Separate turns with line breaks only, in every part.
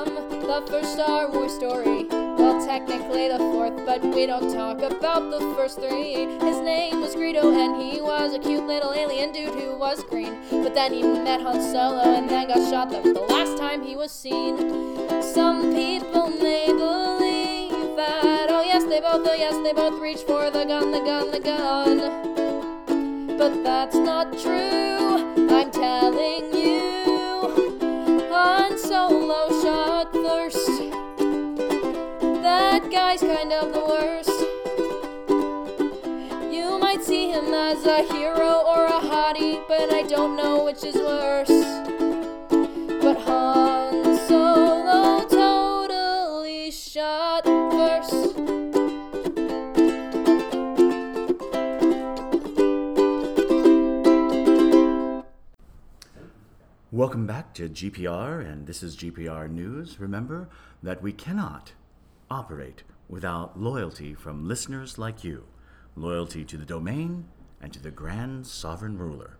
the first Star Wars story. Well, technically the fourth, but we don't talk about the first three. His name was Greedo, and he was a cute little alien dude who was green. But then he met Han Solo, and then got shot. That was the last time he was seen. Some people may believe that. Oh, yes, they both, oh, yes, they both reach for the gun, the gun, the gun. But that's not true. I'm telling you. Han Solo shot first. That guy's kind of the worst. You might see him as a hero or a hottie, but I don't know which is worse. But Han Solo totally shot first.
Welcome back to GPR, and this is GPR News. Remember that we cannot operate without loyalty from listeners like you loyalty to the domain and to the grand sovereign ruler.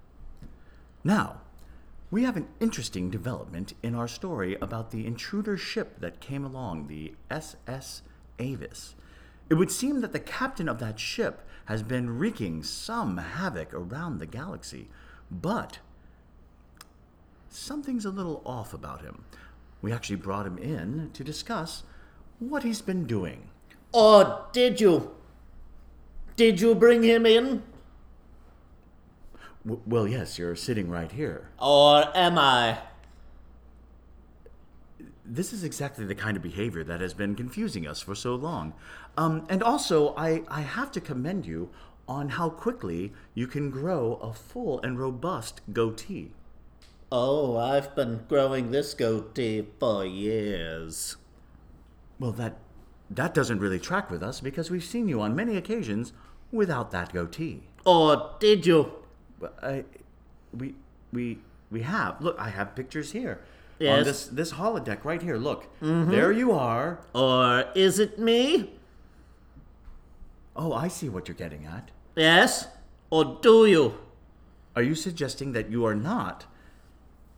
Now, we have an interesting development in our story about the intruder ship that came along, the SS Avis. It would seem that the captain of that ship has been wreaking some havoc around the galaxy, but something's a little off about him. We actually brought him in to discuss what he's been doing.
Oh, did you? Did you bring him in?
W- well, yes, you're sitting right here.
Or am I?
This is exactly the kind of behavior that has been confusing us for so long. Um, and also, I, I have to commend you on how quickly you can grow a full and robust goatee.
Oh, I've been growing this goatee for years.
Well, that that doesn't really track with us because we've seen you on many occasions without that goatee.
Or Oh, did you?
Well, I, we we we have. Look, I have pictures here. On
Yes. Mm-hmm.
this this holodeck right here. Look, there you are.
Or is it me?
Oh, I see what you're getting at.
Yes? Or do you?
Are you suggesting that you are not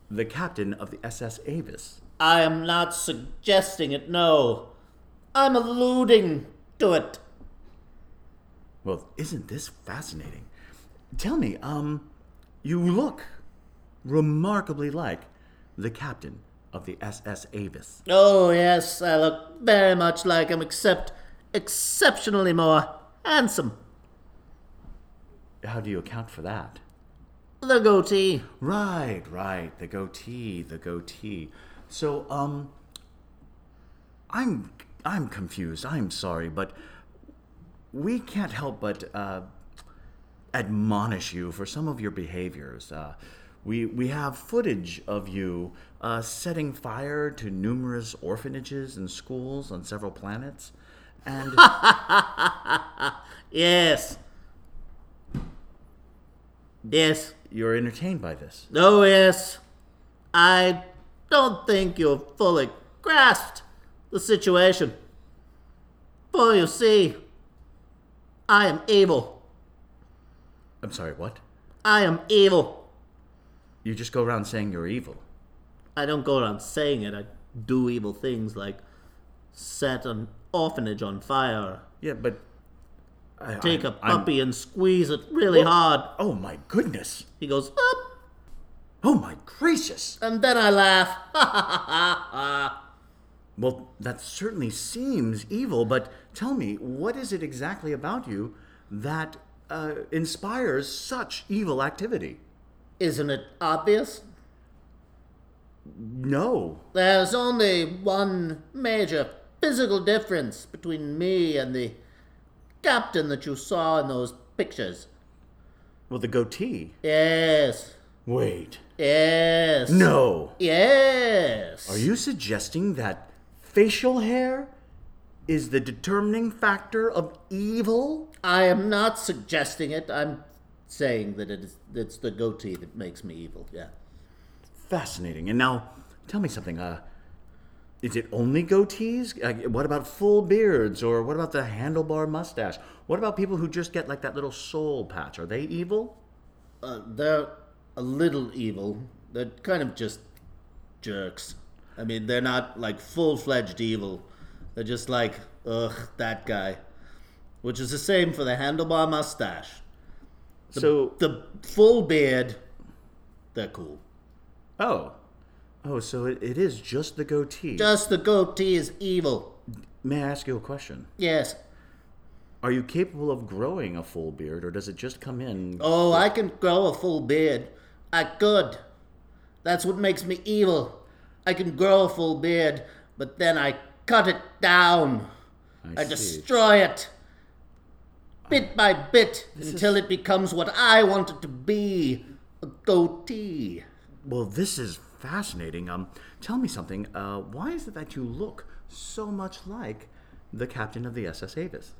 the captain of the SS Avis?
I am not suggesting it, no. I'm alluding to it.
Well, isn't this fascinating? Tell me, um, you look remarkably like the captain of the SS Avis.
Oh, yes, I look very much like him, except exceptionally more handsome.
How do you account for that?
The goatee.
Right, right. The goatee, the goatee. So, um, I'm I'm confused. I'm sorry, but we can't help but uh, admonish you for some of your behaviors. Uh, we we have footage of you uh, setting fire to numerous orphanages and schools on several planets, and
Yes. Yes.
you're entertained by this.
Oh, yes. I don't think you've fully grasped the situation. For you see, I am evil.
I'm sorry. What?
I am evil.
You just go around saying you're evil.
I don't go around saying it. I do evil things like set an orphanage on fire,
Yeah, but I,
take
a
a puppy and squeeze it really
Whoa.
hard.
Oh my goodness.
He goes up,
Oh my gracious.
and then I laugh. Ha ha ha ha ha.
Uh, Well, that certainly seems evil, but tell me, what is it exactly about you that uh, inspires such evil activity?
Isn't it obvious?
No.
There's only one major physical difference between me and the captain that you saw in those pictures.
Well, the goatee.
Yes.
Wait.
Yes.
No.
Yes.
Are you suggesting that facial hair is the determining factor of evil?
I am not suggesting it. I'm saying that it is, it's the goatee that makes me evil. Yeah.
Fascinating. And now, tell me something. Uh, is it only goatees? Uh, what about full beards? Or what about the handlebar mustache? What about people who just get like that little soul patch? Are they evil?
Uh, they're a little evil. They're kind of just jerks. I mean, they're not like full fledged evil. They're just like, ugh, that guy. Which is the same for the handlebar mustache.
so
The full beard, they're cool.
oh, oh, so it, it is just the goatee.
Just the goatee is evil.
May I ask you a question?
Yes.
Are you capable of growing a full beard, or does it just come in?
Oh, I can grow a full beard. I could. That's what makes me evil. I can grow a full beard, but then I cut it down. I,
see.
destroy it. Bit by bit until it becomes what I want it to be a goatee.
Well, this is fascinating. Um, tell me something. Uh, why is it that you look so much like the captain of the SS Avis?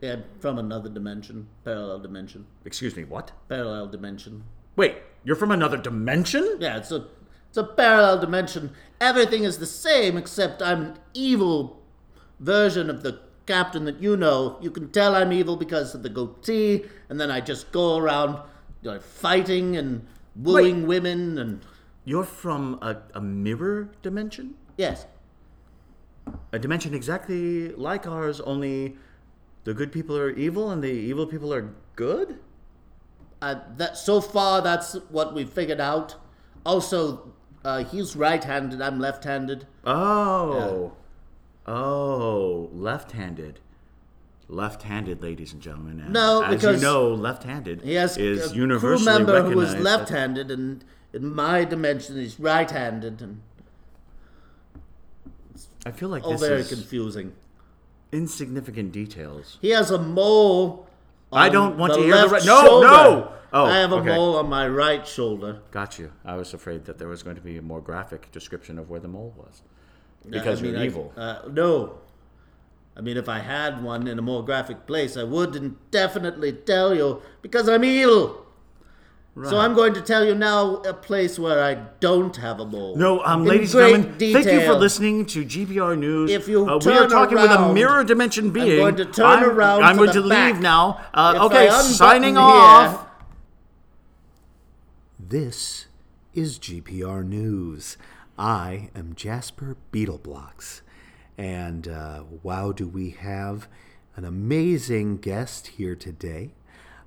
Yeah, from another dimension. Parallel dimension.
Excuse me, what?
Parallel dimension.
Wait, you're from another dimension?
Yeah, it's a it's a parallel dimension. Everything is the same except I'm an evil version of the captain that you know. You can tell I'm evil because of the goatee, and then I just go around you know, fighting and wooing women and
You're from a, a mirror dimension?
yes,
A dimension exactly like ours, only the good people are evil and the evil people are good?
I, uh, that so far that's what we figured out. Also, uh, he's right-handed. I'm left-handed.
Oh. Oh, left-handed. Left-handed, ladies and gentlemen. And
No,
as
because
you know, left-handed
He has
is
a
universally
crew member
recognized.
who is
as-
left-handed, and in my dimension he's right-handed, and
I feel like
oh,
this
very
is
confusing.
insignificant details.
He has a mole.
I
on
don't want
the
to hear the
left
re- No,
shoulder.
no! Oh,
I have a
okay.
mole on my right shoulder.
Got you. I was afraid that there was going to be a more graphic description of where the mole was.
I
Because
mean,
you're
I-
evil.
uh, no. I mean, if I had one in a more graphic place, I would definitely tell you because I'm evil. So I'm going to tell you now a place where I don't have a mole.
No, um,
In
ladies and
great
gentlemen, thank you for
detail.
listening to GPR News.
If you
uh, we
turn
are talking with a
around-
mirror dimension being.
going to turn
I'm-
around
I'm
to
going
the
to
back.
leave now. Uh,
If I
okay,
unbutton
signing
here-
off.
This is GPR News. I am Jasper Beetleblocks. And uh, wow, do we have an amazing guest here today?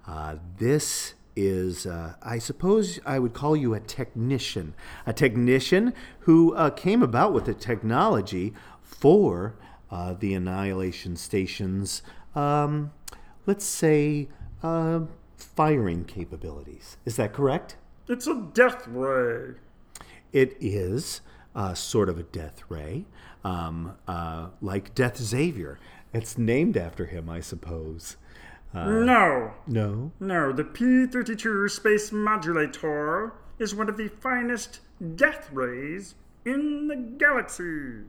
Uh, this is, uh, I suppose I would call you a technician, a technician who uh, came about with the technology for uh, the Annihilation Station's, um, let's say, uh, firing capabilities. Is that correct?
It's a death ray.
It is uh, sort of a death ray, um, uh, like Death Xavier. It's named after him, I suppose. Uh,
No,
No?
no, the P 32 Space Modulator is one of the finest death rays in the galaxy.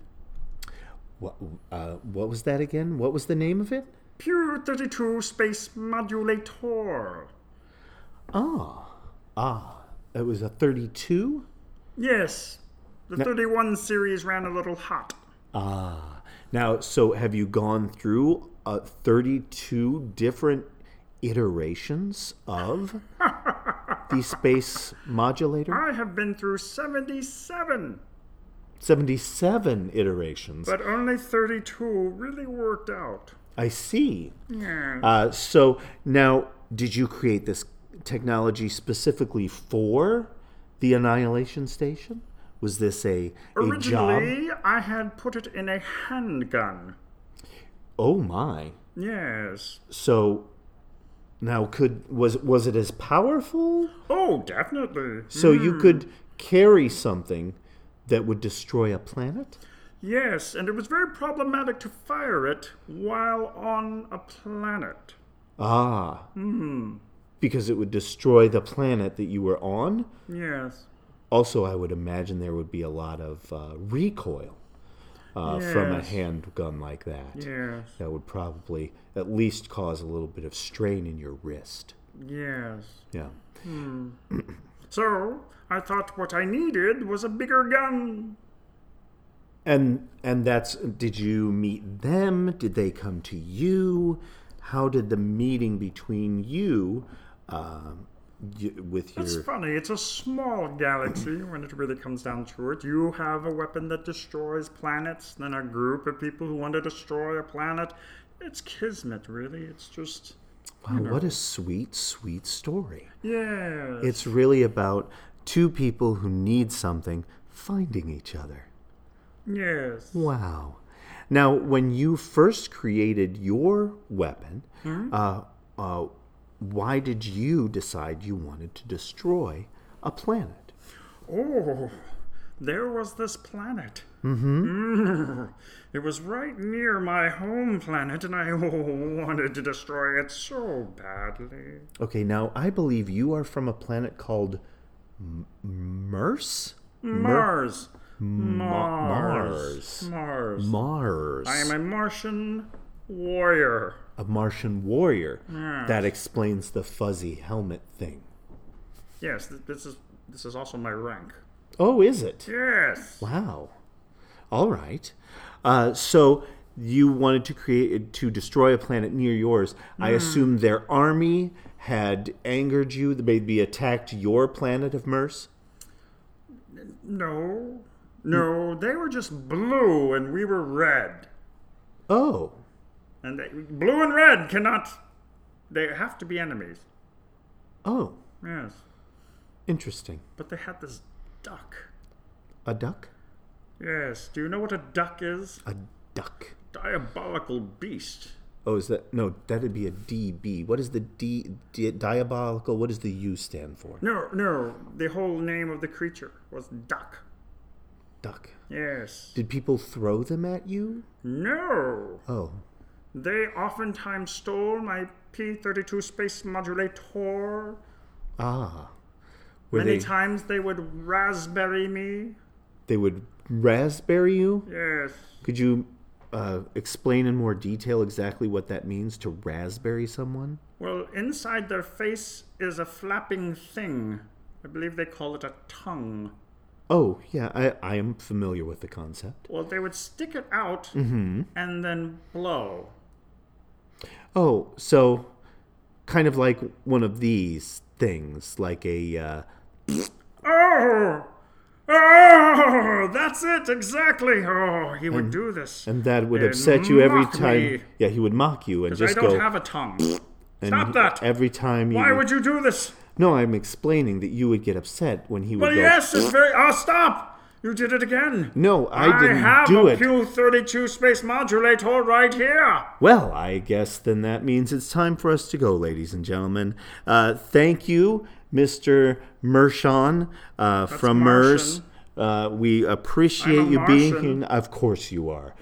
What, uh, what was that again? What was the name of it?
Pew 32 Space Modulator.
Ah. Ah. It was a 32?
Yes, the 31 series ran a little hot.
Ah. Now, so have you gone through uh, 32 different iterations of the space modulator?
I have been through 77,
77 iterations.
but only 32 really worked out.
I see.
Yeah.
Uh, so now, did you create this technology specifically for the Annihilation Station? Was this a, a job?
Originally, I had put it in a handgun.
Oh my!
Yes.
So now, could was was it as powerful?
Oh, definitely. Hmm.
So you could carry something that would destroy a planet?
Yes, and it was very problematic to fire it while on a planet.
Ah. Hmm. Because it would destroy the planet that you were on.
Yes.
Also, I would imagine there would be a lot of uh, recoil uh, from a
Yes.
handgun like that.
Yes.
That would probably at least cause a little bit of strain in your wrist.
Yes. Hmm.
Yeah.
So, I thought what I needed was a bigger gun.
And and that's did you meet them? Did they come to you? How did the meeting between you um, y- with
It's
your
funny, it's a small galaxy when it really comes down to it. You have a weapon that destroys planets, then a group of people who want to destroy a planet. It's kismet, really. It's just.
wow, what a sweet, sweet story.
Yeah.
It's really about two people who need something finding each other.
yes.
Wow. Now, when you first created your weapon, uh, uh, why did you decide you wanted to destroy a planet?
Oh, there was this planet.
Mm-hmm.
Mm, It was right near my home planet, and I wanted to destroy it so badly.
Okay, now I believe you are from a planet called M- Mers? Mars.
Mars. Mars. Mars.
Mars.
I am a Martian warrior.
a Martian warrior. That explains the fuzzy helmet thing.
Yes, th- this is this is also my rank.
Oh, is it?
Yes.
Wow. All right. Uh, so you wanted to create to destroy a planet near yours. I
Hmm.
assume their army had angered you. They maybe attacked your planet of Mers.
No. No, they were just blue and we were red.
Oh,
And they, blue and red cannot they have to be enemies.
oh,
Yes.
interesting.
But they had this duck.
A duck.
Yes. Do you know what a duck is?
A duck.
Diabolical beast.
Oh, is that no? That'd be a DB. What is the D, D diabolical? What does the U stand for?
No, no. The whole name of the creature was duck.
Duck.
Yes.
Did people throw them at you?
No.
Oh,
They oftentimes stole my P 32 space modulator.
ah. Were
Many
they,
times they would raspberry me.
they would raspberry you?
Yes.
Could you uh, explain in more detail exactly what that means to raspberry someone?
Well, inside their face is a flapping thing. I believe they call it a tongue.
Oh, yeah, I, I am familiar with the concept.
Well, they would stick it out
Mm-hmm.
and then blow.
Oh, so kind of like one of these things, like a. Uh,
Oh! Oh! That's it, exactly. Oh, he would do this.
and that would
And
upset you every
mock
time.
me.
Yeah, he would mock you and
I
just
don't
go.
have a tongue.
and
Stop
he-
that.
Every time you.
Why would you do this?
No, I'm explaining that you would get upset when he would
Well,
go.
yes, it's very. Oh, stop! You did it again.
No, I didn't
have
do
a
it.
Pew 32 space modulator right here.
Well, I guess then that means it's time for us to go, ladies and gentlemen. Uh, thank you, Mr. Mershon uh, from Mers. Uh, we appreciate
I'm a
you being
Martian.
here. Of course you are.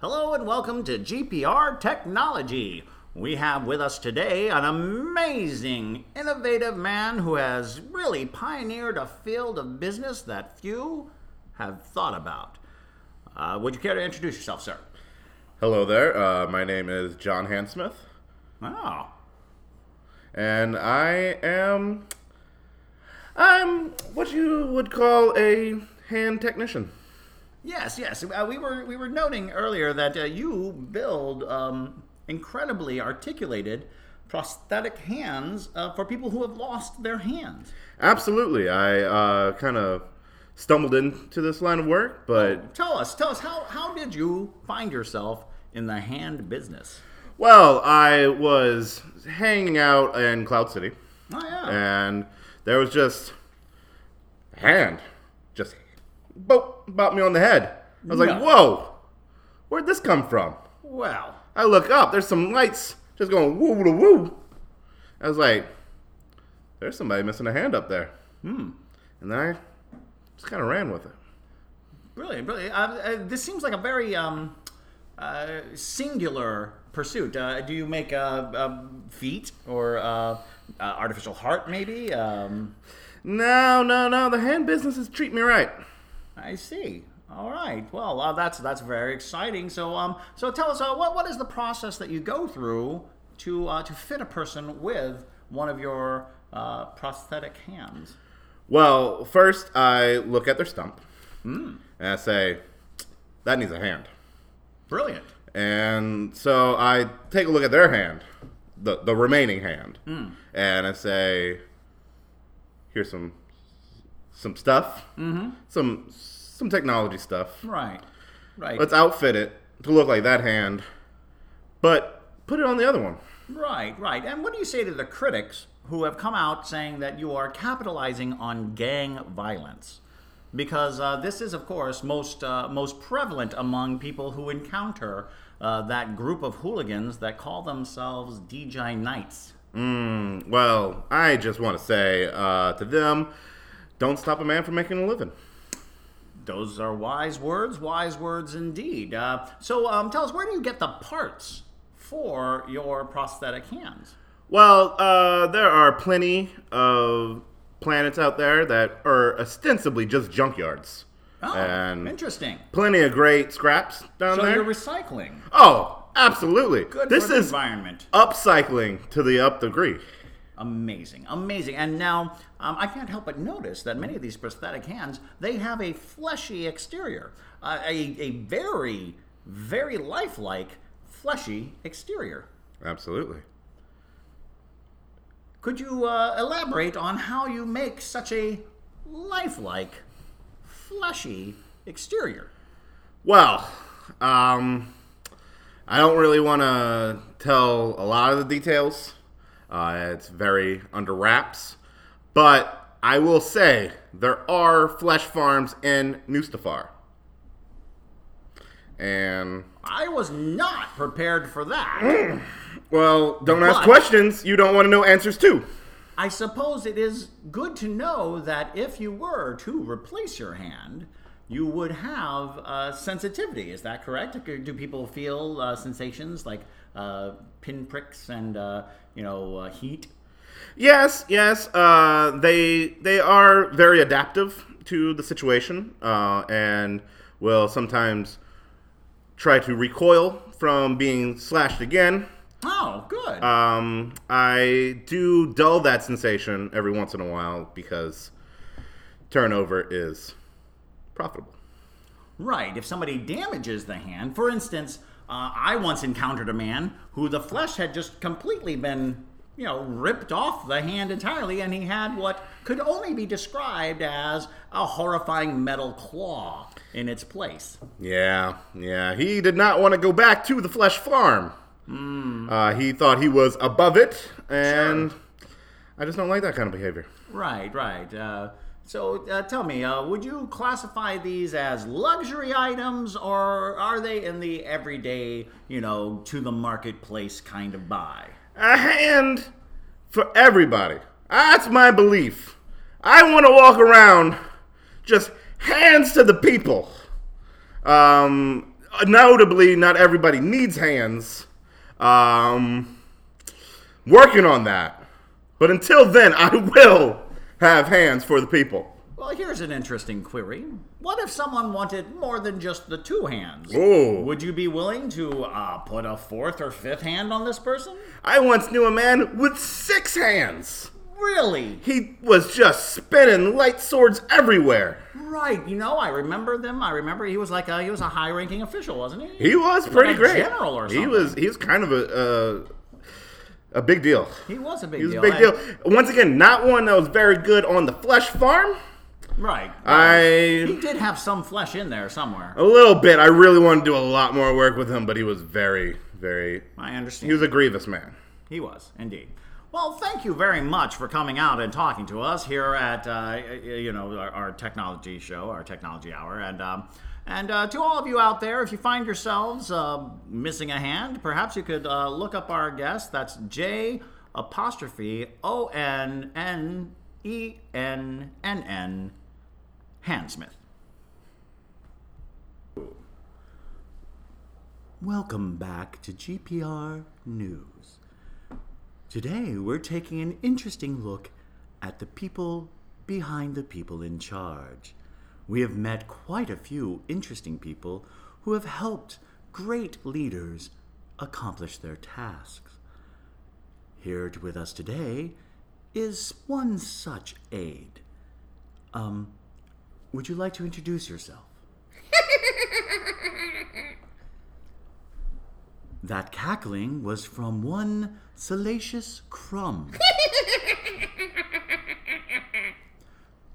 Hello and welcome to GPR Technology. We have with us today an amazing, innovative man who has really pioneered a field of business that few have thought about. Uh, would you care to introduce yourself, sir?
Hello there. Uh, my name is John Hansmith,
Oh,
and I am I'm what you would call a hand technician.
yes, yes. Uh, we were we were noting earlier that uh, you build um, incredibly articulated prosthetic hands uh, for people who have lost their hands.
Absolutely. I uh, kind of stumbled into this line of work, but
Tell us, tell us how how did you find yourself in the hand business?
well, I was hanging out in Cloud City,
Oh yeah.
and there was just a hand just bop, bopped me on the head. I was like,
No.
"Whoa, where'd this come from?"
well,
I look up, there's some lights just going woo woo woo. I was like, there's somebody missing a hand up there. Hmm. And then I just kind of ran with it.
brilliant, brilliant. Uh, uh, this seems like a very um, uh, singular pursuit. Uh, do you make uh, uh, feet or uh, uh, artificial heart? Maybe. Um,
No, no, no, the hand business is treat me right.
I see. All right. Well, uh, that's that's very exciting. So um, so tell us uh, what what is the process that you go through to uh, to fit a person with one of your uh, prosthetic hands?
Well, first I look at their stump. And I say, that needs a hand.
Brilliant.
And so I take a look at their hand, the, the remaining hand,
Hmm.
and I say, "Here's some some stuff, mm-hmm. some some technology stuff.
Right. Right.
Let's outfit it to look like that hand, but put it on the other one."
Right, right. And what do you say to the critics who have come out saying that you are capitalizing on gang violence? Because uh, this is, of course, most uh, most prevalent among people who encounter uh, that group of hooligans that call themselves DJ Knights.
Mm, well, I just want to say uh, to them, don't stop a man from making a living.
Those are wise words, wise words indeed. Uh, so, um, tell us, where do you get the parts for your prosthetic hands?
Well, uh, there are plenty of planets out there that are ostensibly just junkyards.
Oh,
and
interesting.
plenty of great scraps down
So
there.
you're recycling.
oh, absolutely.
Good
this
for the
is
environment.
upcycling to the up degree.
Amazing, amazing. And now um, I can't help but notice that many of these prosthetic hands they have a fleshy exterior, uh, a a very very lifelike fleshy exterior.
Absolutely.
Could you uh, elaborate on how you make such a lifelike, fleshy exterior?
Well, um, I don't really want to tell a lot of the details. Uh, it's very under wraps. But I will say there are flesh farms in Mustafar. And,
I was not prepared for that.
well, don't ask
But-
questions you don't want to know answers to.
I suppose it is good to know that if you were to replace your hand, you would have uh, sensitivity. Is that correct? Do do people feel uh, sensations like uh, pinpricks and uh, you know uh, heat?
Yes, yes. Uh, they they are very adaptive to the situation, uh, and will sometimes try to recoil from being slashed again.
Oh, good.
Um, I do dull that sensation every once in a while because turnover is profitable.
Right. If somebody damages the hand, for instance, uh, I once encountered a man who the flesh had just completely been, you know, ripped off the hand entirely, and he had what could only be described as a horrifying metal claw in its place.
Yeah, yeah. He did not want to go back to the flesh farm. Uh, he thought he was above it, and I just don't like that kind of behavior.
Right. Right. Uh, so uh, tell me, uh, would you classify these as luxury items, or are they in the everyday, you know, to the marketplace kind of buy?
a hand for everybody. That's my belief. I want to walk around just hands to the people. Um, notably, not everybody needs hands. Um, working on that. But until then, I will have hands for the people.
Well, here's an interesting query. What if someone wanted more than just the two hands?
Ooh.
Would you be willing to uh, put a fourth or fifth hand on this person?
I once knew a man with six hands.
Really?
He was just spinning light swords everywhere.
Right. You know, I remember them. I remember he was like a, he was a high-ranking official, wasn't he?
He was pretty
a
great.
general or
He
something.
was he was kind of a uh, a, a big deal.
He was a big
He was
deal. eh?
a big
I-
deal. Once again, not one that was very good on the flesh farm.
Right. He
I
did have some flesh in there somewhere.
a little bit. I really wanted to do a lot more work with him, but he was very very.
I understand.
He was a grievous man.
He was, indeed. Well, thank you very much for coming out and talking to us here at, uh, y- y- you know, our, our technology show, our technology hour. And, um, and uh, to all of you out there, if you find yourselves uh, missing a hand, perhaps you could uh, look up our guest. That's J apostrophe O N N E N N N Handsmith.
Welcome back to GPR News. Today we're taking an interesting look at the people behind the people in charge. We have met quite a few interesting people who have helped great leaders accomplish their tasks. Here t- with us today is one such aide. Um, would you like to introduce yourself?
That cackling was from one salacious crumb.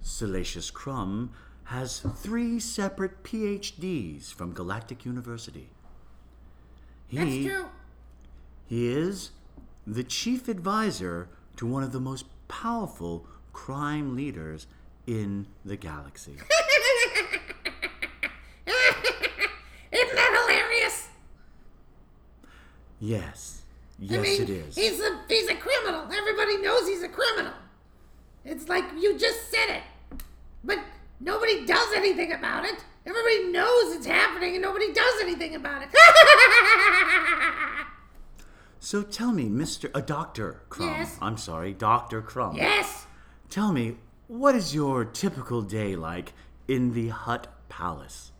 Salacious Crumb has three separate PhDs from Galactic University. He,
That's true.
He is the chief advisor to one of the most powerful crime leaders in the galaxy.
Isn't that hilarious?
Yes.
I
Yes,
mean,
it is.
He's a he's a criminal. Everybody knows he's a criminal. It's like you just said it, but nobody does anything about it. Everybody knows it's happening, and nobody does anything about it.
So tell me, Mr. Uh, Dr. Crumb.
Yes?
I'm sorry, Dr. Crumb.
yes.
Tell me, what is your typical day like in the Hut Palace?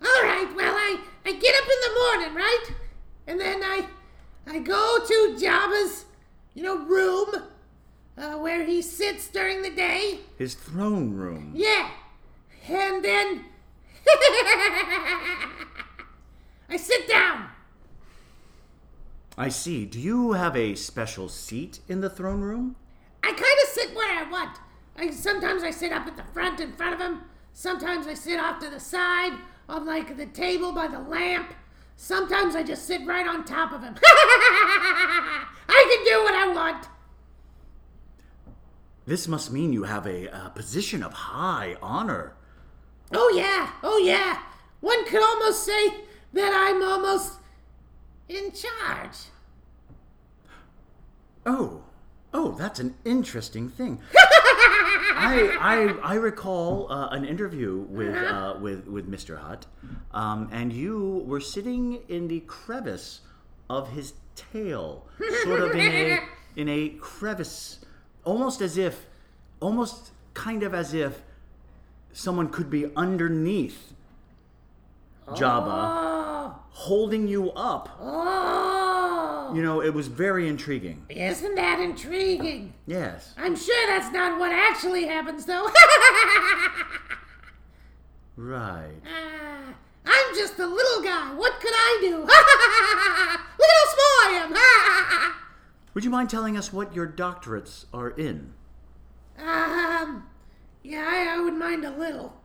All right. Well, I I get up in the morning, right? And then I I go to Jabba's, you know, room uh, where he sits during the day.
His throne room.
Yeah. And then I sit down.
I see. Do you have a special seat in the throne room?
I kind of sit where I want. I sometimes I sit up at the front in front of him. Sometimes I sit off to the side on like the table by the lamp. Sometimes I just sit right on top of him. I can do what I want.
This must mean you have a, uh position of high honor.
Oh yeah, oh yeah. One could almost say that I'm almost in charge.
Oh, oh, that's an interesting thing. I, I, I recall uh, an interview with,
Uh-huh.
uh, with, with Mr. Hutt, um, and you were sitting in the crevice of his tail, sort of in a, in a crevice, almost as if, almost kind of as if someone could be underneath Jabba,
Oh,
holding you up.
oh.
You know, it was very intriguing.
Isn't that intriguing?
Yes.
I'm sure that's not what actually happens, though.
Right.
Ah, I'm just a little guy. What could I do? Look at how small I am.
Would you mind telling us what your doctorates are in?
um, yeah, I, I would mind a little.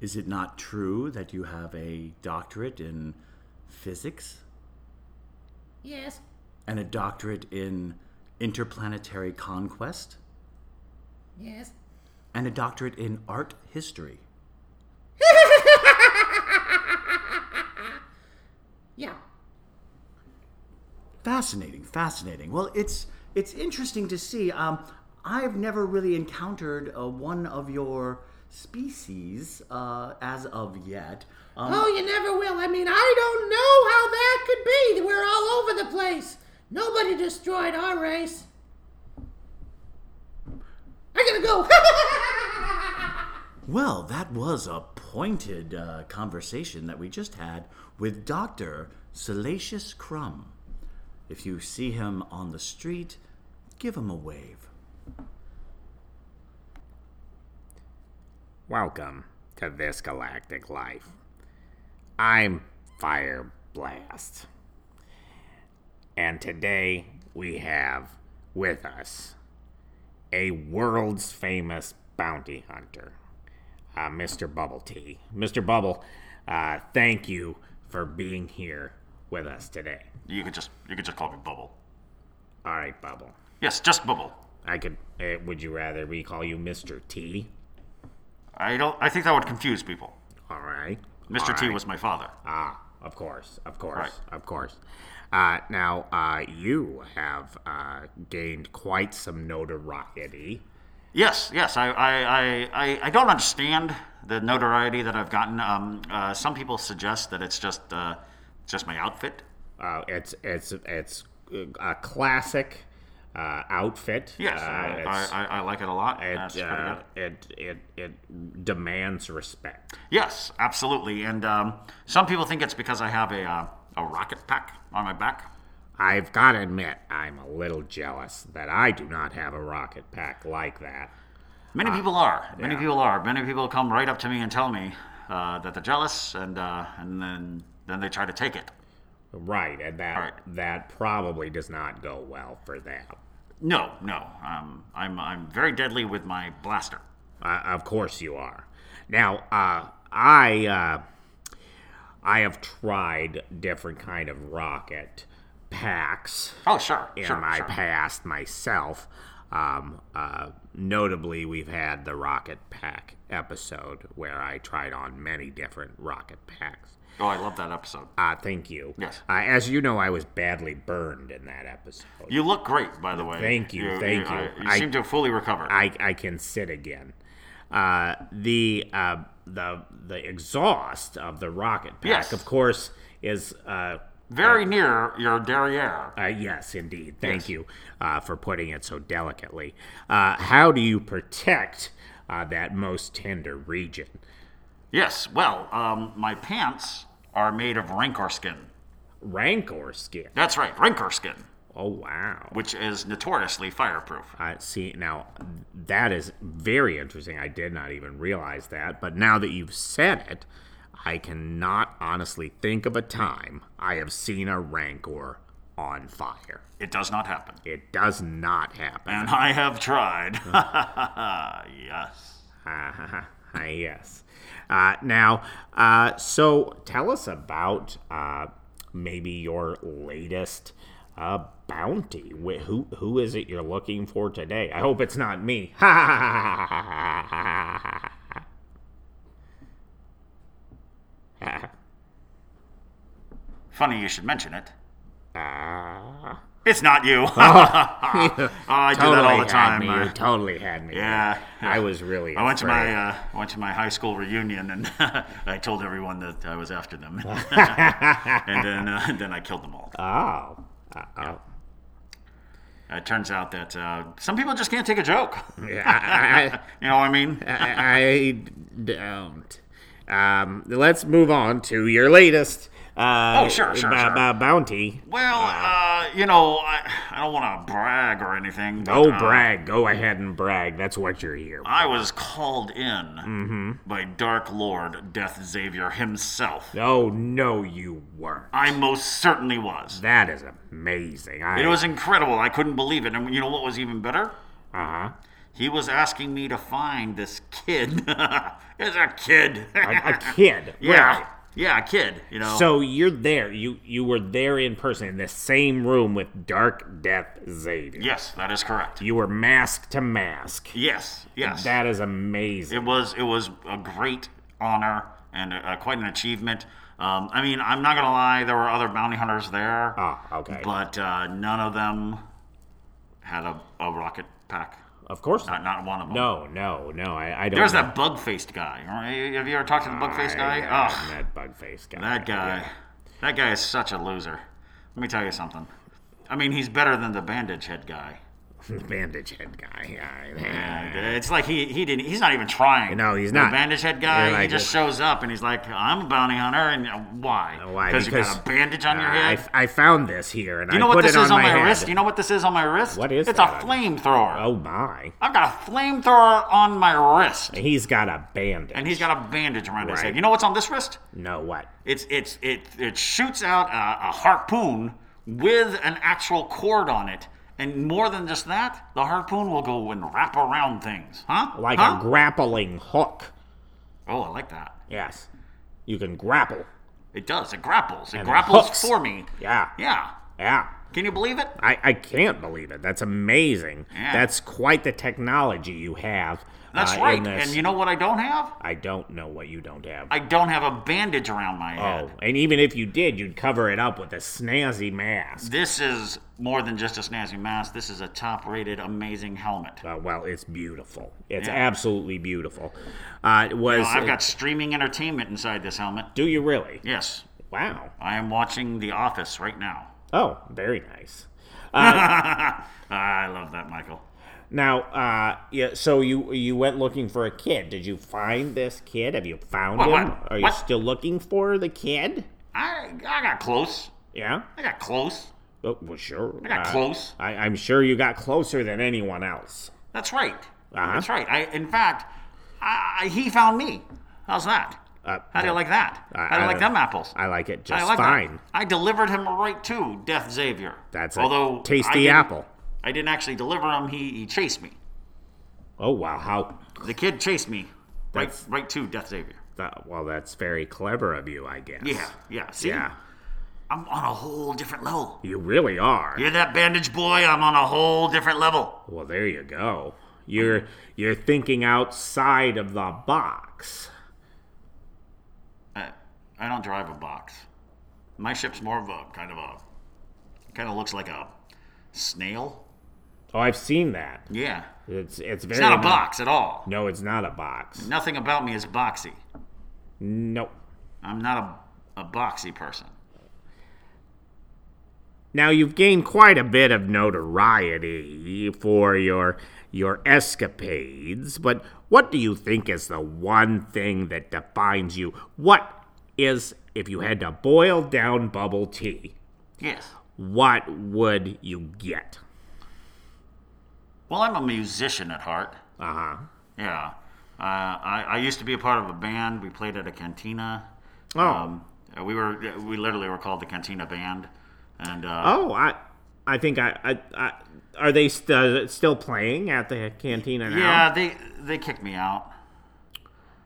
Is it not true that you have a doctorate in physics
Yes.
and a doctorate in interplanetary conquest
Yes.
and a doctorate in art history?
Yeah.
Fascinating, fascinating. Well, it's it's interesting to see. Um, I've never really encountered uh, one of your species uh, as of yet. Um,
Oh, you never will. I mean, I don't know how that could be. We're all over the place. Nobody destroyed our race. I gotta go.
Well, that was a pointed uh, conversation that we just had with Dr. Salacious Crumb. If you see him on the street, give him a wave.
Welcome to this galactic life. I'm Fire Blast. And today we have with us a world's famous bounty hunter, uh, Mr. Bubble Tea. Mr. Bubble, uh, thank you for being here with us today.
You could just you could just call me Bubble.
All right, Bubble.
Yes, just Bubble.
I could. Uh, would you rather we call you Mr. T?
I don't. I think that would confuse people.
All right.
Mr.
All
T
right.
was my father.
Ah, of course, of course,
Right.
of course. Uh, now, uh, you have uh, gained quite some notoriety.
Yes, yes. I, I, I, I, I don't understand the notoriety that I've gotten. Um, uh, some people suggest that it's just uh, just my outfit.
Uh, it's it's it's a classic uh, outfit.
Yes,
uh,
I,
it's-
I, I, I like it a lot. That's
it,
pretty
uh,
good.
it it it demands respect.
Yes, absolutely. And um, some people think it's because I have a uh, a rocket pack on my back.
I've got to admit, I'm a little jealous that I do not have a rocket pack like that. Ah,
Many people are. Many people are. Many people come right up to me and tell me uh, that they're jealous, and uh, and then
then they try to take it.
Right, and that that probably does not go well for them.
No, no. Um, I'm I'm very deadly with my blaster.
Uh, of course you are. Now, uh, I uh, I have tried different kind of rocket packs.
Oh, sure,
In
sure,
my
sure.
past, myself. Um, uh, notably, we've had the rocket pack episode where I tried on many different rocket packs.
Oh, I love that episode.
Uh, thank you.
Yes.
Uh, as you know, I was badly burned in that episode.
You look great, by the way.
Thank you, thank you.
I- you
I-
seem to have fully recovered.
I, I can sit again. Uh, the uh, the the exhaust of the rocket pack,
Yes.
of course, is uh,
very near your derriere.
Uh, yes, indeed. Thank
Yes.
you uh, for putting it so delicately. Uh, how do you protect uh, that most tender region?
Yes. Well, um, my pants are made of rancor skin.
Rancor skin.
That's right, rancor skin,
Oh wow!
which is notoriously fireproof.
Uh, see, now that is very interesting. I did not even realize that, but now that you've said it, I cannot honestly think of a time I have seen a rancor on fire.
It does not happen,
It does not happen.
and I have tried. yes.
Ah, yes. Uh, now, uh, so tell us about uh, maybe your latest uh, bounty. Wh- who who is it you're looking for today? I hope it's not me.
Uh, Funny you should mention it.
Ah.
It's not you. Oh,
You
I do that all
totally
the
had
time,
me.
uh,
You totally had me.
Yeah.
I was really.
I went to
afraid.
my uh, I went to my high school reunion and I told everyone that I was after them, and then uh, then I killed them all.
Oh. Uh, oh.
It turns out that uh, some people just can't take a joke.
Yeah, I- I-
you know what I mean?
I, I don't. Um, let's move on to your latest. Uh,
Oh, sure, sure,
b-
sure.
b- bounty.
Well, uh, you know, I, I don't want to brag or anything. but,
Go
uh,
Oh, brag. Go ahead and brag. That's what you're here.
I was called in
Mm-hmm.
by Dark Lord Death Xavier himself.
Oh no, you weren't.
I most certainly was.
That is amazing. I,
It was incredible. I couldn't believe it. And you know what was even better?
Uh huh.
He was asking me to find this kid. it's a kid.
A, a kid.
yeah.
Right.
Yeah, a kid, you know.
So you're there. You you were there in person in the same room with Dark Death Xavier.
yes, that is correct.
You were mask to mask.
Yes, yes.
That is amazing.
It was it was a great honor and uh, quite an achievement. Um, I mean, I'm not gonna lie, there were other bounty hunters there,
Ah, okay.
but uh, none of them had a, a rocket pack.
of course.
Not, not one of them.
No, no, no. I, I don't.
There's
know.
that bug-faced guy. Right? Have you ever talked to the bug-faced guy?
Yeah,
Ugh,
that bug face guy.
that guy. That guy is such a loser. Let me tell you something. I mean, he's better than the bandage head guy.
The bandage head guy. Yeah.
And uh, it's like he, he didn't he's not even trying.
No, he's
The
not.
bandage head guy,
Yeah,
he
like-
just shows up and he's like, I'm a bounty hunter, and uh, why?
Why?
Because you got a bandage on your
uh,
head.
I, I found this here, and
you know
I
what
put
this
it on
is on my,
head.
wrist? You know what this is on my wrist?
What is
It's
that
a
on-
flamethrower.
Oh my!
I've got a flamethrower on my wrist,
He's got a bandage.
and he's got a bandage around his
Right.
head. You know what's on this wrist?
no what?
It's it's it it shoots out a, a harpoon with an actual cord on it. And more than just that, the harpoon will go and wrap around things, huh?
Like
Huh?
a grappling hook.
oh, I like that.
Yes, you can grapple.
It does. It grapples. It
And it
grapples
hooks.
for me.
Yeah,
Yeah.
yeah.
Can you believe it?
I, I can't believe it. That's amazing.
Yeah.
That's quite the technology you have.
That's
uh,
right.
In this.
And you know what I don't have?
I don't know what you don't have.
I don't have a bandage around my head.
Oh, and even if you did, you'd cover it up with a snazzy mask.
This is more than just a snazzy mask. This is a top-rated, amazing helmet.
Uh, well, it's beautiful. It's
Yeah.
absolutely beautiful. Uh, it was.
Now, I've got streaming entertainment inside this helmet.
do you really?
Yes,
Wow.
I am watching The Office right now.
Oh, very nice. Uh,
I love that, Michael.
Now, uh, yeah. So you you went looking for a kid. Did you find this kid? Have you found
What,
him?
what,
Are you
what?
still looking for the kid?
I I got close.
Yeah.
I got close.
Oh, well, sure.
I got
Uh,
close.
I, I'm sure you got closer than anyone else. Uh-huh.
That's right. That's right. I in fact, I, I- he found me. How's that?
Uh,
How do you like that? How do you like them apples?
I like it just
I like that.
fine.
I delivered him right to Death Xavier.
That's a
although
tasty
I didn't-
apple.
I didn't actually deliver him. He, he chased me.
Oh wow, how
The kid chased me right
That's-
right to Death Xavier.
that, well that's very clever of you, I guess.
Yeah, yeah. See,
Yeah.
I'm on a whole different level.
You really are.
You're that bandage boy. I'm on a whole different level.
Well, there you go. You're you're thinking outside of the box.
I, Uh, I don't drive a box. My ship's more of a kind of a kind of looks like a snail.
Oh, I've seen that.
Yeah,
It's it's very
it's not a
ni-
box at all.
No, it's not a box.
Nothing about me is boxy.
Nope.
I'm not a, a boxy person.
Now you've gained quite a bit of notoriety for your your escapades, but what do you think is the one thing that defines you? What is if you had to boil down bubble tea,
Yes.
what would you get?
Well, I'm a musician at heart.
Uh-huh.
Yeah. Uh, I, I used to be a part of a band. We played at a cantina.
Oh.
Um, we were we literally were called the Cantina Band, and uh,
Oh, I, I think I, I, I are they st- still playing at the cantina now?
yeah, they they kicked me out.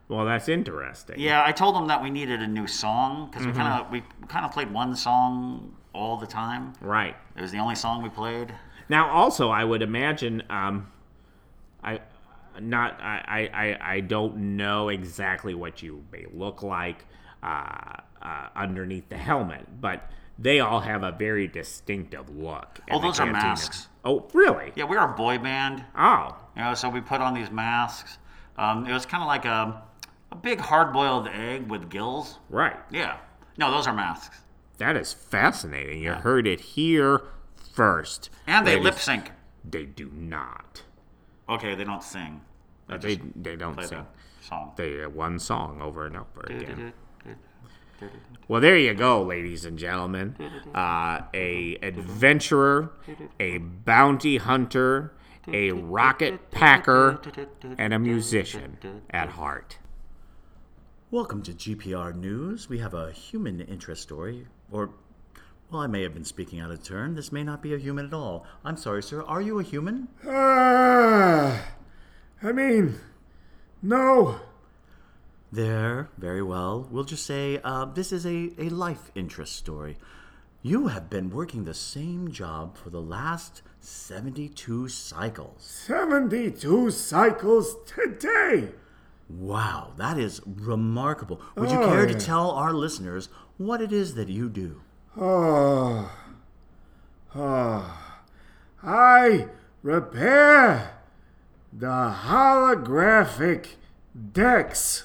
Well, that's interesting.
Yeah, I told them that we needed a new song because we kind of
Mm-hmm.
we kind of played one song all the time.
Right.
It was the only song we played.
Now, also, I would imagine, um, I, not, I, I, I- I don't know exactly what you may look like uh, uh, underneath the helmet, but they all have a very distinctive look. at
Oh,
the
those are
cantina.
masks.
Oh, really?
Yeah, we were a boy band,
Oh,
you know, so we put on these masks. Um, it was kind of like a a big hard-boiled egg with gills.
right.
Yeah. No, those are masks.
That is fascinating. You heard it here first.
And they
ladies.
lip sync.
They do not.
Okay, they don't sing.
Uh, They they don't
Play
sing.
the song.
They uh, one song over and over again. Well, there you go, ladies and gentlemen. Uh, a adventurer, a bounty hunter, a rocket packer, and a musician at heart.
Welcome to GPR News. We have a human interest story, or, well, I may have been speaking out of turn. This may not be a human at all. I'm sorry, sir. Are you a human?
Ah, I mean, no.
There, very well. We'll just say uh, this is a, a life interest story. You have been working the same job for the last 72 cycles.
72 cycles today.
Wow, that is remarkable. Would you care
Oh.
to tell our listeners what it is that you do?
Oh, oh. I repair the holographic decks.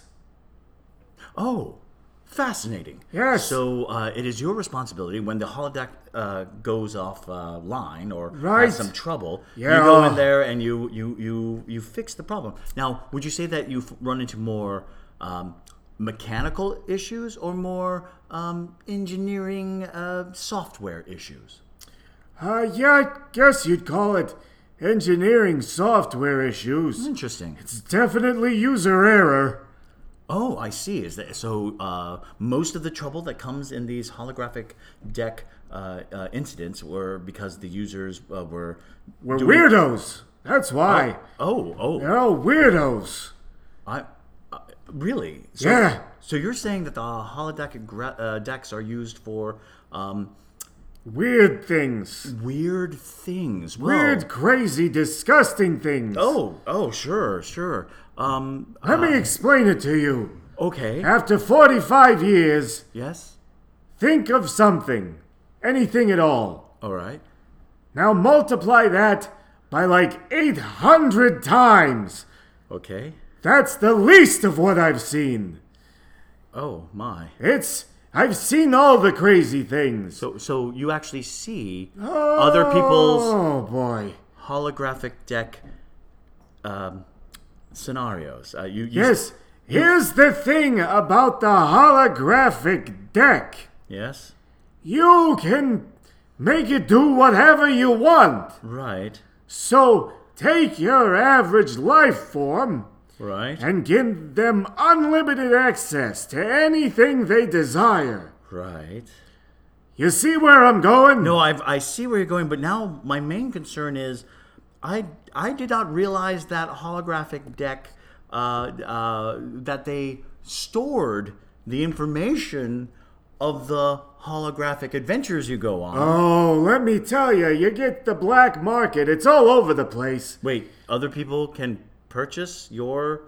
Oh, fascinating.
Yes.
So uh, it is your responsibility when the holodeck uh, goes off uh, line or
Right.
has some trouble.
Yeah. oh.
You go in there and you you you you fix the problem. Now, would you say that you've run into more um, mechanical issues or more um, engineering uh, software issues?
Uh, yeah, I guess you'd call it engineering software issues.
Interesting.
It's definitely user error.
Oh, I see. Is that so? Uh, most of the trouble that comes in these holographic deck uh, uh, incidents were because the users uh, were
We're
doing-
weirdos. That's why.
Oh, oh,
They're all weirdos.
I, I really. So,
Yeah.
So you're saying that the holodeck gra- uh, decks are used for um,
Weird things.
weird things? Whoa.
Weird, crazy, disgusting things.
Oh, oh, sure, sure. Um,
Let me explain it to you.
okay.
After 45 years,
Yes.
think of something. Anything at all.
All right.
Now multiply that by like 800 times.
Okay.
That's the least of what I've seen.
Oh my.
It's. I've seen all the crazy things.
So, so you actually see other people's
Oh boy.
holographic deck um, scenarios. Uh, you, you
Yes, here's the thing about the holographic deck.
Yes.
You can make it do whatever you want.
Right.
So take your average life form
Right.
and give them unlimited access to anything they desire.
Right.
You see where I'm going?
No, I've, I see where you're going, but now my main concern is I, I did not realize that holographic deck, uh, uh, that they stored the information of the holographic adventures you go on.
Oh, let me tell you, you get the black market. It's all over the place.
Wait, other people can purchase your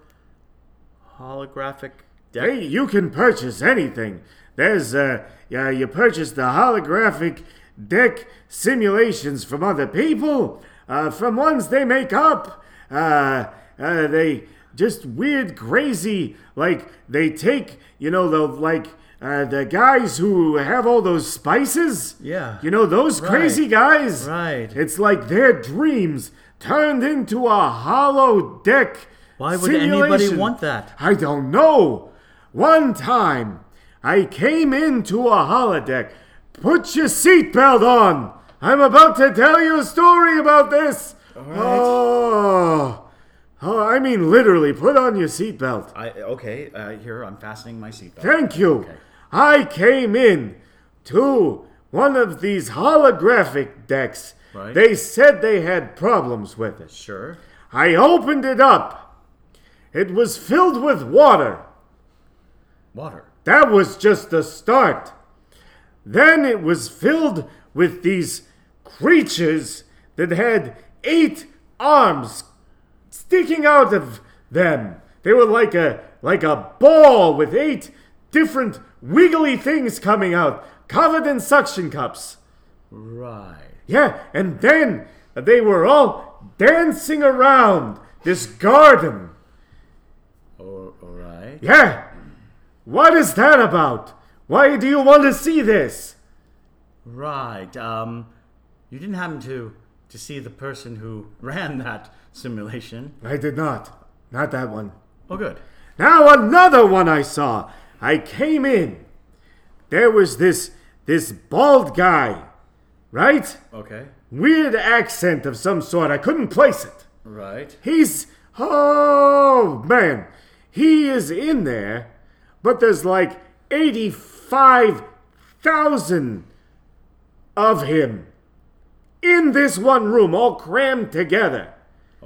holographic deck?
Hey, you can purchase anything. There's uh, yeah, you purchase the holographic deck simulations from other people, uh, from ones they make up. Uh, uh, they just weird, crazy. Like they take, you know, the like uh, the guys who have all those spices.
Yeah.
you know those
Right.
crazy guys.
Right.
It's like their dreams turned into a hollow deck.
Why would anybody
simulation.
want that?
I don't know. One time, I came into a holodeck. Put your seatbelt on. I'm about to tell you a story about this. Oh, oh, I mean literally. Put on your seatbelt.
I, okay, uh, here, I'm fastening my seatbelt.
Thank you. I came in to one of these holographic decks.
Right.
They said they had problems with it.
Sure.
I opened it up. It was filled with water.
Water.
That was just the start. Then it was filled with these creatures that had eight arms sticking out of them. They were like a like a ball with eight different wiggly things coming out, covered in suction cups.
Right.
Yeah, and then they were all dancing around this garden.
All, all right.
Yeah. What is that about? Why do you want to see this?
Right. Um, you didn't happen to to see the person who ran that simulation.
I did not. Not that one.
Oh, good.
Now another one I saw. I came in. There was this this bald guy, right?
Okay.
Weird accent of some sort. I couldn't place it.
Right.
He's oh man, he is in there, but there's like eighty-five thousand of him in this one room, all crammed together,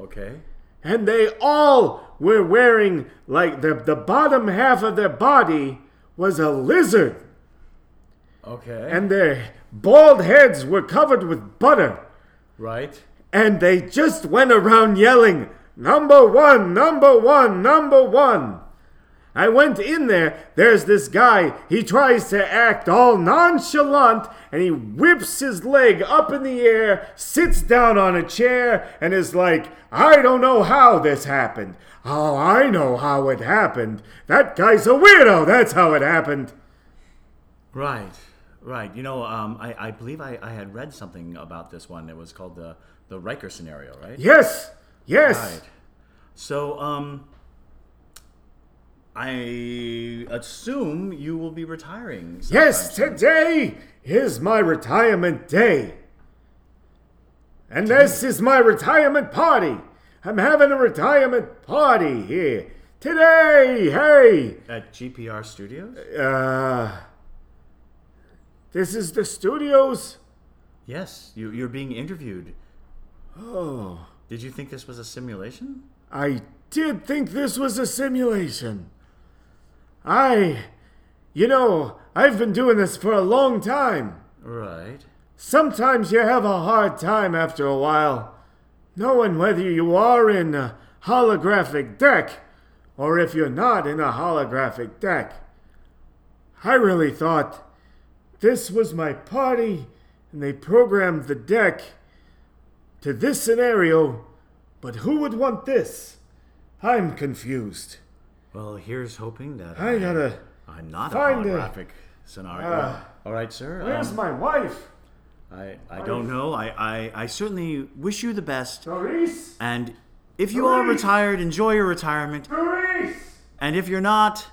Okay.
and they all were wearing like the the bottom half of their body was a lizard,
Okay.
and their bald heads were covered with butter.
right.
And they just went around yelling, Number one, number one, number one. I went in there. There's this guy. He tries to act all nonchalant and he whips his leg up in the air, sits down on a chair, and is like, I don't know how this happened. Oh, I know how it happened. That guy's a weirdo. That's how it happened.
Right. Right. You know, um, I, I believe I, I had read something about this one. It was called the the Riker scenario, right?
Yes, yes.
Right. So, um, I assume you will be retiring. sometime
Yes,
soon.
today is my retirement day. And this is my retirement party. I'm having a retirement party here. Today, hey!
At GPR Studios?
Uh. This is the studios?
Yes, you, you're being interviewed.
Oh.
Did you think this was a simulation?
I did think this was a simulation. I. You know, I've been doing this for a long time.
Right.
Sometimes you have a hard time after a while knowing whether you are in a holographic deck or if you're not in a holographic deck. I really thought this was my party and they programmed the deck to this scenario, but who would want this? I'm confused.
Well, here's hoping that
I gotta
I'm not a
find a-
holographic scenario.
Ah.
All right, sir.
Where's
um,
my wife?
I, I don't know. I, I, I certainly wish you the best.
Doris?
And if you are
Maurice!
retired, enjoy your retirement.
Doris!
And if you're not,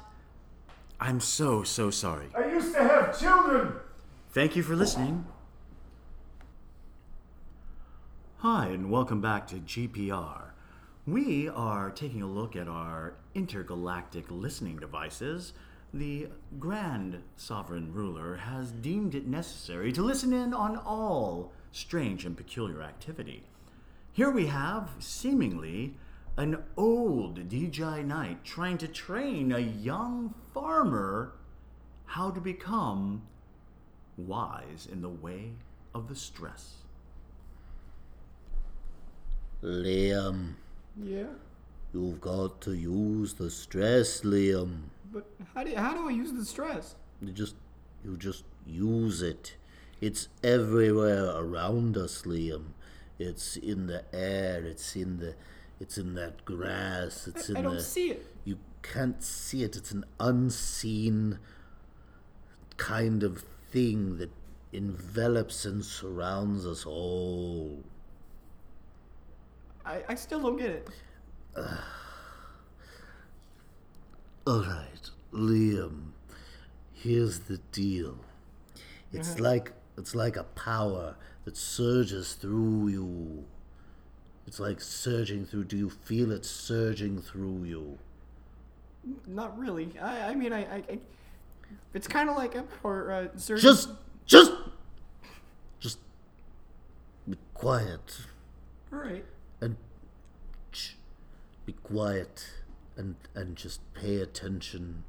I'm so, so sorry.
I used to have children!
Thank you for listening. Hi, and welcome back to GPR. We are taking a look at our intergalactic listening devices. The Grand Sovereign Ruler has deemed it necessary to listen in on all strange and peculiar activity. Here we have, seemingly, an old DJ Knight trying to train a young farmer how to become wise in the way of the stress.
Liam,
Yeah,
you've got to use the stress, Liam.
but how do, how do I use the stress?
You just, you just use it. It's everywhere around us, Liam. It's in the air. It's in the, it's in that grass. It's
I
in
don't
the.
see it.
You can't see it. It's an unseen kind of thing that envelops and surrounds us all.
I, I still don't get it.
All right, Liam. Here's the deal. It's
Uh-huh.
like it's like a power that surges through you. It's like surging through. Do you feel it surging through you?
Not really. I, I mean, I, I, I it's kind of like a or uh, surgery.
Just, just, just be quiet
all right.
and shh, be quiet and and just pay attention.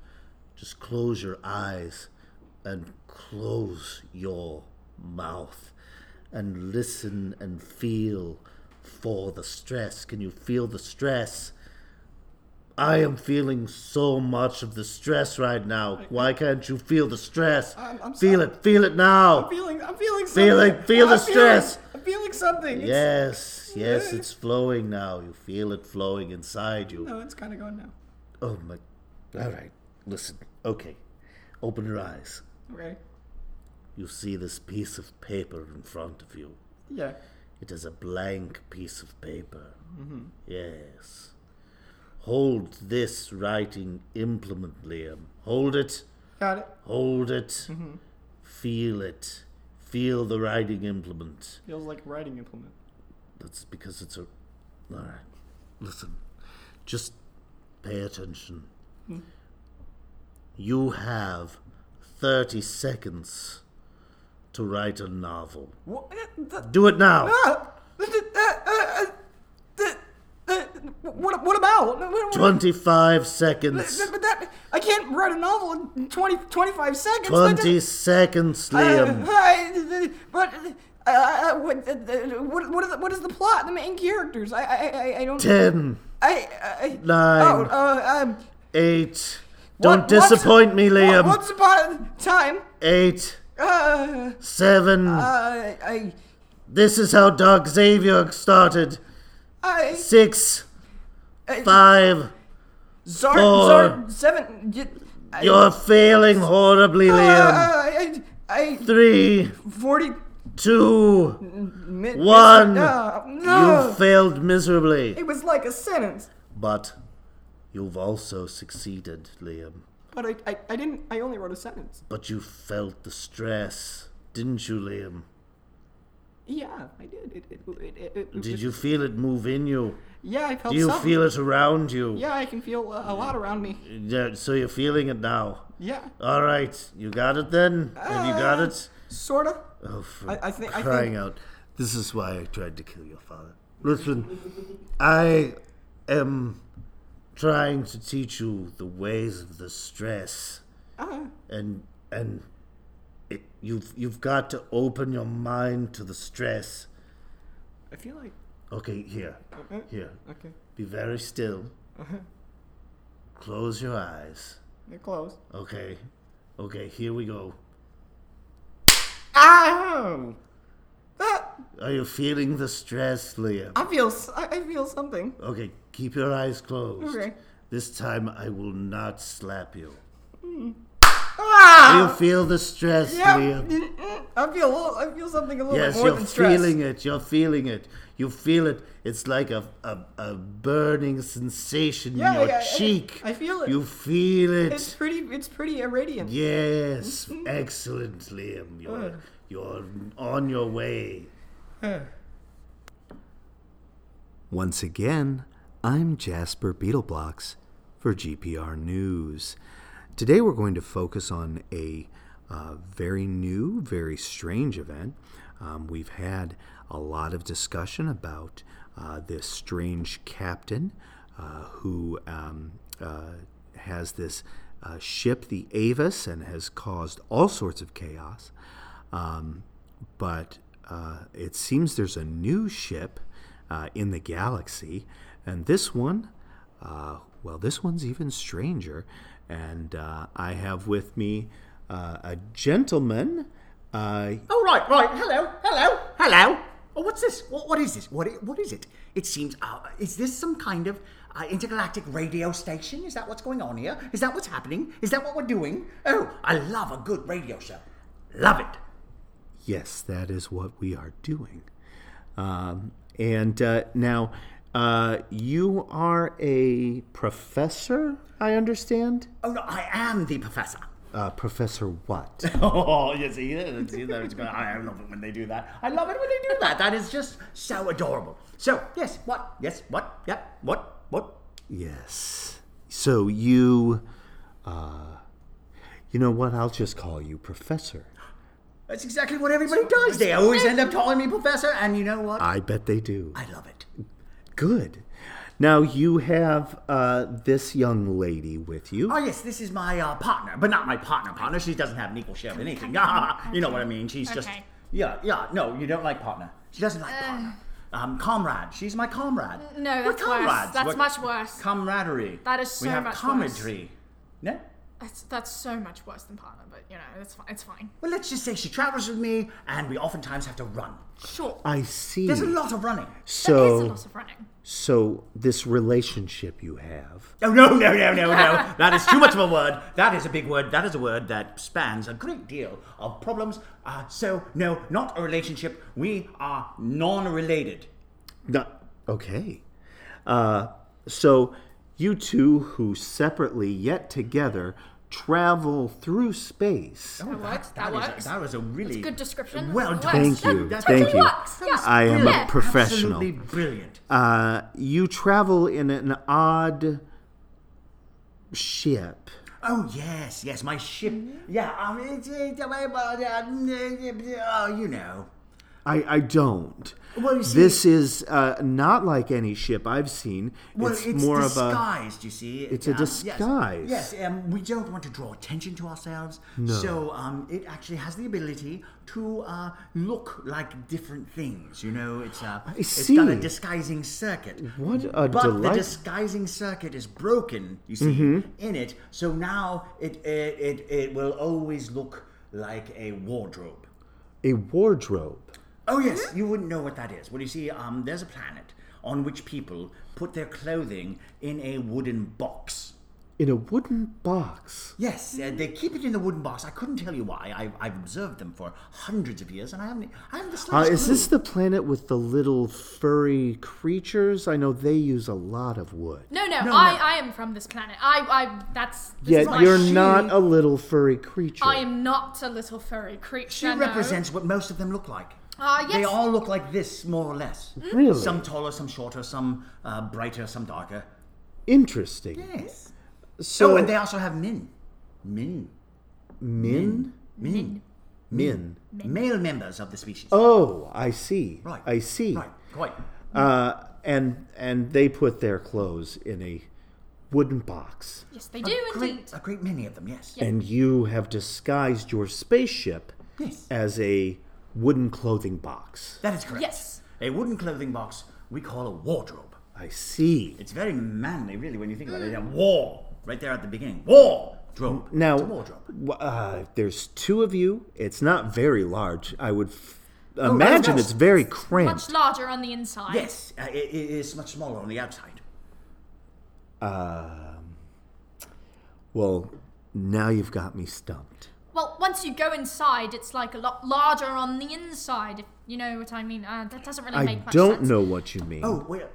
Just close your eyes and close your mouth and listen and feel for the stress. Can you feel the stress? I am feeling so much of the stress right now. Why can't you feel the stress?
I'm- I'm
feel
sorry.
it, feel it now.
I'm feeling. I'm feeling something.
Oh. Feel it, feel the
I'm
stress.
Feeling, I'm feeling something. It's-
Yes, yes, it's flowing now. You feel it flowing inside you.
No, it's kind of gone now.
Oh my. All right, listen. Okay. Open your eyes.
Okay.
You see this piece of paper in front of you.
Yeah.
It is a blank piece of paper.
Mhm.
Yes. Hold this writing implement, Liam. Hold it.
Got it.
Hold it.
Mhm.
Feel it. Feel the writing implement.
Feels like writing implement.
That's because it's a. All right. Listen. Just pay attention.
Hmm.
You have 30 seconds to write a novel.
What? Uh,
Do it now.
Ah! uh, What, what about? What- what-
25
But
seconds.
that, but that- I can't write a novel in 20, 25 seconds. That
20 seconds,
doesn't-
Liam.
I- but uh, uh, what, uh, what, what, is the, what is the plot? The main characters? I, I, I, I don't.
10,
I, I,
Nine.
Oh, uh, um,
8.
what-
Don't disappoint
once-
me, Liam.
Once upon a time.
8,
Uh,
7.
Uh, I,
this is how Dark Xavier started.
I,
6,
I,
5.
Zar,
four.
Zar, seven. y- I-
You're failing horribly,
Uh,
Liam.
I, I,
Three.
Forty.
Two.
mi-
One.
No, ah, no.
You failed miserably.
It was like a sentence.
But you've also succeeded, Liam.
But I, I, I didn't. I only wrote a sentence.
But you felt the stress, didn't you, Liam?
Yeah, I did. It, it, it, it, it-
Did you feel it move in you?
Yeah, I felt
Do you
something.
feel it around you?
Yeah, I can feel a, a lot around me.
Yeah, So you're feeling it now.
Yeah.
All right, you got it then. Have you got
Uh,
it?
Sorta.
Oh, for
I, I think. I
crying
think,
out! This is why I tried to kill your father. Listen, I am trying to teach you the ways of the stress,
Uh,
and and it, you've you've got to open your mind to the stress.
I feel like.
Okay, here,
Okay.
here.
Okay.
Be very still.
Uh-huh.
Close your eyes.
They're close.
Okay, okay. Here we go.
Ow! That.
Are you feeling the stress, Liam?
I feel. s- I, I feel something.
Okay, keep your eyes closed.
Okay.
This time I will not slap you.
Mm.
Do you
Ah!
feel the stress,
yeah.
Liam?
mm, mm, I feel. A little, I feel something a little
Yes,
bit more
you're
than stress.
feeling it. You're feeling it. You feel it. It's like a, a, a burning sensation
Yeah,
in your
yeah, I-
cheek.
I, feel it.
You feel it.
It's pretty. It's pretty irradiant.
Yes, excellent, Liam. You're,
Uh.
you're on your way.
Once again, I'm Jasper Beetleblocks for GPR News. Today we're going to focus on a uh, very new, very strange event. Um, we've had a lot of discussion about uh, this strange captain uh, who um, uh, has this uh, ship, the Avis, and has caused all sorts of chaos. Um, but uh, it seems there's a new ship uh, in the galaxy, and this one, uh, well, this one's even stranger. And uh, I have with me uh, a gentleman. Uh,
Oh, right, right. Hello, hello, hello. Oh, what's this? What, what is this? What, i- what is it? It seems. Uh, is this some kind of uh, intergalactic radio station? Is that what's going on here? Is that what's happening? Is that what we're doing? Oh, I love a good radio show. Love it.
Yes, that is what we are doing. Um, and uh, now, uh, you are a professor, I understand?
Oh, no, I am the professor.
Uh, professor what?
Oh, you see, you see there's gonna- I love it when they do that. I love it when they do that. That is just so adorable. So, yes, what? Yes, what? Yep, what? What?
yes. So you, uh, you know what? I'll just call you professor.
That's exactly what everybody does. They always end up calling me professor, and you know what?
I bet they do.
I love it.
Good. Now you have uh, this young lady with you.
Oh yes, this is my uh, partner, but not my partner. Partner, she doesn't have an equal share of anything. you know what I mean? She's just
Okay.
yeah, yeah. No, you don't like partner. She doesn't
Eh,
like partner. Um, comrade. She's my comrade.
Uh, No,
We're
that's worse.
comrades.
That's
We're-
much worse.
Camaraderie.
That is so
we have
much
camaraderie. No.
That's that's so much worse than partner, but you know, it's fine. It's fine.
Well, let's just say she travels with me, and we oftentimes have to run.
Sure.
I see.
There's a lot of running.
So
There is a lot of running.
So this relationship you have.
Oh no no no no no! that is too much of a word. That is a big word. That is a word that spans a great deal of problems. Uh, so no, not a relationship. We are non-related.
Not okay. Uh, so you two who separately yet together travel through space.
that works. That,
Oh, that is a-
works.
that was a really
good description.
well
That
done.
Thank
works. That-
you.
that
Thank
totally
you.
works. Yeah.
I am a
Yeah.
professional.
Absolutely brilliant.
Uh, you travel in an odd ship.
Oh yes, yes, my ship. Yeah, um, it's, it's, uh, uh, you know.
I, I don't.
Well, you see-
this is uh, not like any ship I've seen.
Well,
it's, more
disguised,
of a
you see.
It's a
Um, yes.
disguise.
Yes, um, we don't want to draw attention to ourselves.
No.
So um, it actually has the ability to uh, look like different things. You know, it's uh, it's got a
see.
disguising circuit.
What a
but the
delight-
disguising circuit is broken. You see,
Mhm.
in it. So now it it, it it will always look like a wardrobe.
a wardrobe.
Oh yes,
Mm-hmm.
you wouldn't know what that is. Well, you see, um, there's a planet on which people put their clothing in a wooden box.
In a wooden box.
Yes, uh,
Mm.
they keep it in the wooden box. I couldn't tell you why. I, I've observed them for hundreds of years, and I haven't. e, I haven't the
Uh,
slightest
is
clue.
this the planet with the little furry creatures? I know they use a lot of wood.
No, no,
No,
I,
no.
I am from this planet. I, I, that's. This is
Yet
my
you're
she-
not a little furry creature.
I am not a little furry creature.
She represents what most of them look like.
Ah, yes.
They all look like this, more or less.
Hmm? Really?
Some taller, some shorter, some uh, brighter, some darker.
Interesting.
Yes.
So
oh, and they also have min. Min.
Min?
Min.
Min.
Male members of the species.
Oh, I see.
Right.
I see.
Right. Quite.
Uh, and and they put their clothes in a wooden box.
Yes, they do
a
indeed.
great, A great many of them, yes.
And you have disguised your spaceship
Yes.
as a wooden clothing box.
That is correct.
Yes.
A wooden clothing box we call a wardrobe.
I see.
It's very manly, really, when you think about it.
Mm.
A war, right there at the beginning. War. Drobe.
Now,
It's a wardrobe.
w- uh, there's two of you. It's not very large. I would f-
Oh,
imagine
yes.
it's very
Much
cramped.
larger on the inside.
Yes, uh, it, it is much smaller on the outside.
Um, well, now you've got me stumped.
Well, once you go inside, it's like a lot larger on the inside. If you know what I mean. Uh, that doesn't really
I
make much
don't
sense.
know what you mean.
Oh, well,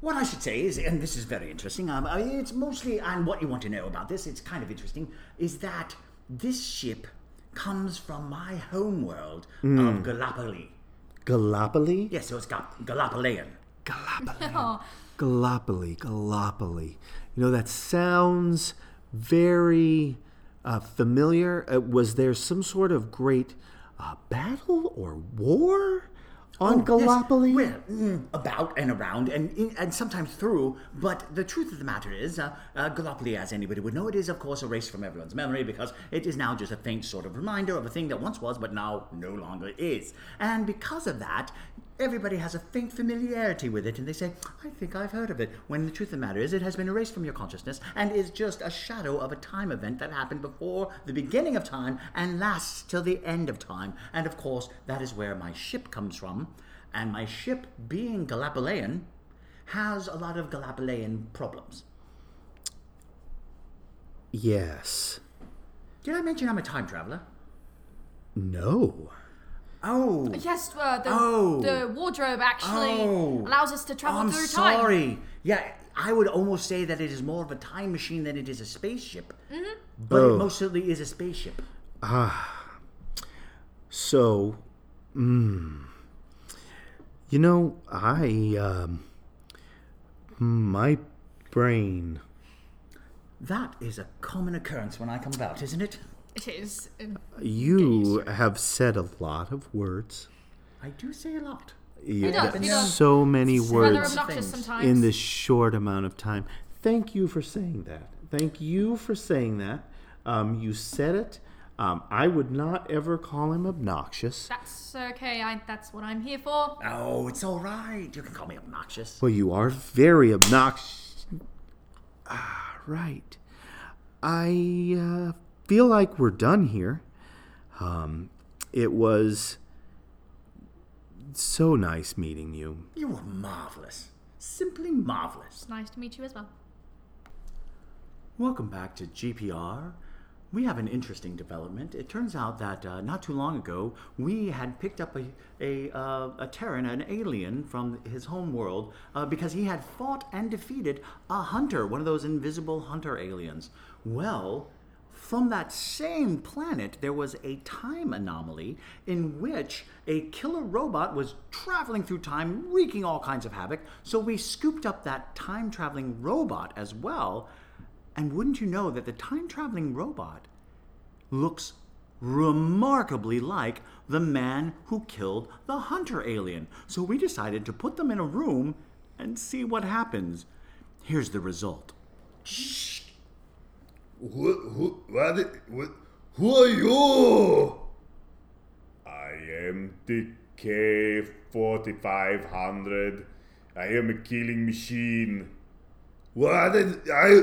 what I should say is, and this is very interesting, um, I- it's mostly, and what you want to know about this, it's kind of interesting, is that this ship comes from my homeworld
Mm.
of Gallipoli.
Gallipoli?
Yes, so it's Gal- Gallipolayan.
Oh,
Gallipoli, Gallipoli. You know, that sounds very uh, familiar. Uh, was there some sort of great uh, battle or war on Gallipoli?
Oh, Well, mm, about and around and in, and sometimes through. But the truth of the matter is, uh, uh, Gallipoli, as anybody would know, it is of course erased from everyone's memory because it is now just a faint sort of reminder of a thing that once was but now no longer is. And because of that, everybody has a faint familiarity with it, and they say, "I think I've heard of it." When the truth of the matter is, it has been erased from your consciousness and is just a shadow of a time event that happened before the beginning of time and lasts till the end of time. And of course, that is where my ship comes from and my ship, being Gallipolayan, has a lot of Gallipolayan problems.
Yes.
Did I mention I'm a time traveler?
No.
Oh.
Yes, uh, the,
Oh.
the wardrobe actually
Oh.
allows us to travel
I'm
through
sorry.
time.
Yeah, I would almost say that it is more of a time machine than it is a spaceship,
Mhm.
but
Oh.
it mostly is a spaceship.
Ah. So, mm, you know, I, um, my brain.
That is a common occurrence when I come about, isn't it?
It is.
Uh,
You have said a lot of words.
I do say a lot.
You
He does, he does.
so many
Rather
words
obnoxious
in
sometimes.
this short amount of time. Thank you for saying that. Thank you for saying that. Um, you said it. Um, I would not ever call him obnoxious.
That's okay. I, that's what I'm here for.
Oh, it's all right. You can call me obnoxious.
Well, you are very obnoxious. Ah, right. I uh, feel like we're done here. Um, it was so nice meeting you.
You were marvelous. Simply marvelous.
It's nice to meet you as well.
Welcome back to GPR. We have an interesting development. It turns out that uh, not too long ago, we had picked up a, a, uh, a Terran, an alien from his home world, uh, because he had fought and defeated a hunter, one of those invisible hunter aliens. Well, from that same planet, there was a time anomaly in which a killer robot was traveling through time, wreaking all kinds of havoc. So we scooped up that time traveling robot as well. And wouldn't you know that the time traveling robot looks remarkably like the man who killed the hunter alien. So we decided to put them in a room and see what happens. Here's the result.
Who, who, what, i- what, who are you?
I am DK 4500. I am a killing machine.
What did I?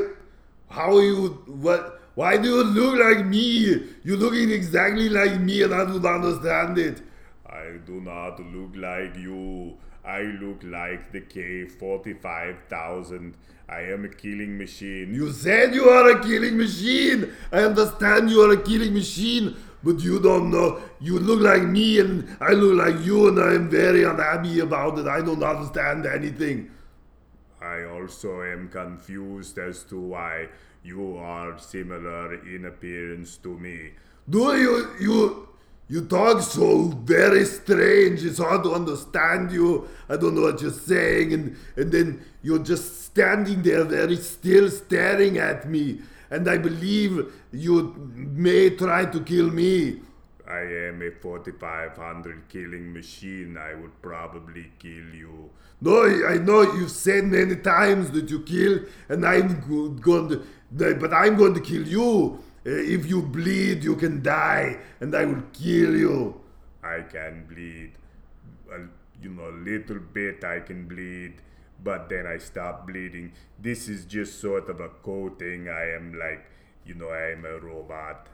How are you? What? Why do you look like me? You're looking exactly like me, and I don't understand it.
I do not look like you. I look like the K45000. I am a killing machine.
You said you are a killing machine. I understand you are a killing machine, but you don't know. You look like me, and I look like you, and I am very unhappy about it. I don't understand anything.
I also am confused as to why you are similar in appearance to me.
Do you you you talk so very strange? It's hard to understand you. I don't know what you're saying, and and then you're just standing there very still, staring at me. And I believe you may try to kill me.
I am a 4500 killing machine. I would probably kill you.
No, I know you've said many times that you kill, and I'm go- going to, but I'm going to kill you. Uh, If you bleed, you can die, and I will kill you.
I can bleed. A, you know, a little bit I can bleed, but then I stop bleeding. This is just sort of a coating. I am like, you know, I am a robot.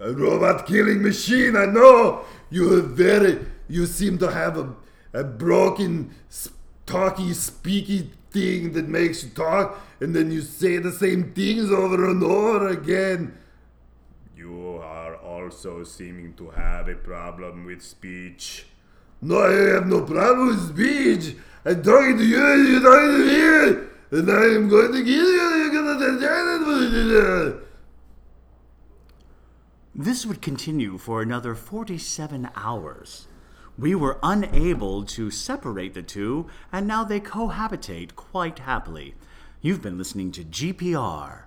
A robot killing machine, I know! You are very. You seem to have a, a broken, sp- talky, speaky thing that makes you talk, and then you say the same things over and over again.
You are also seeming to have a problem with speech.
No, I have no problem with speech. I'm talking to you, and you're talking to me, and I am going to kill you, you're going to die.
This would continue for another 47 hours. we were unable to separate the two, and now they cohabitate quite happily. You've been listening to GPR,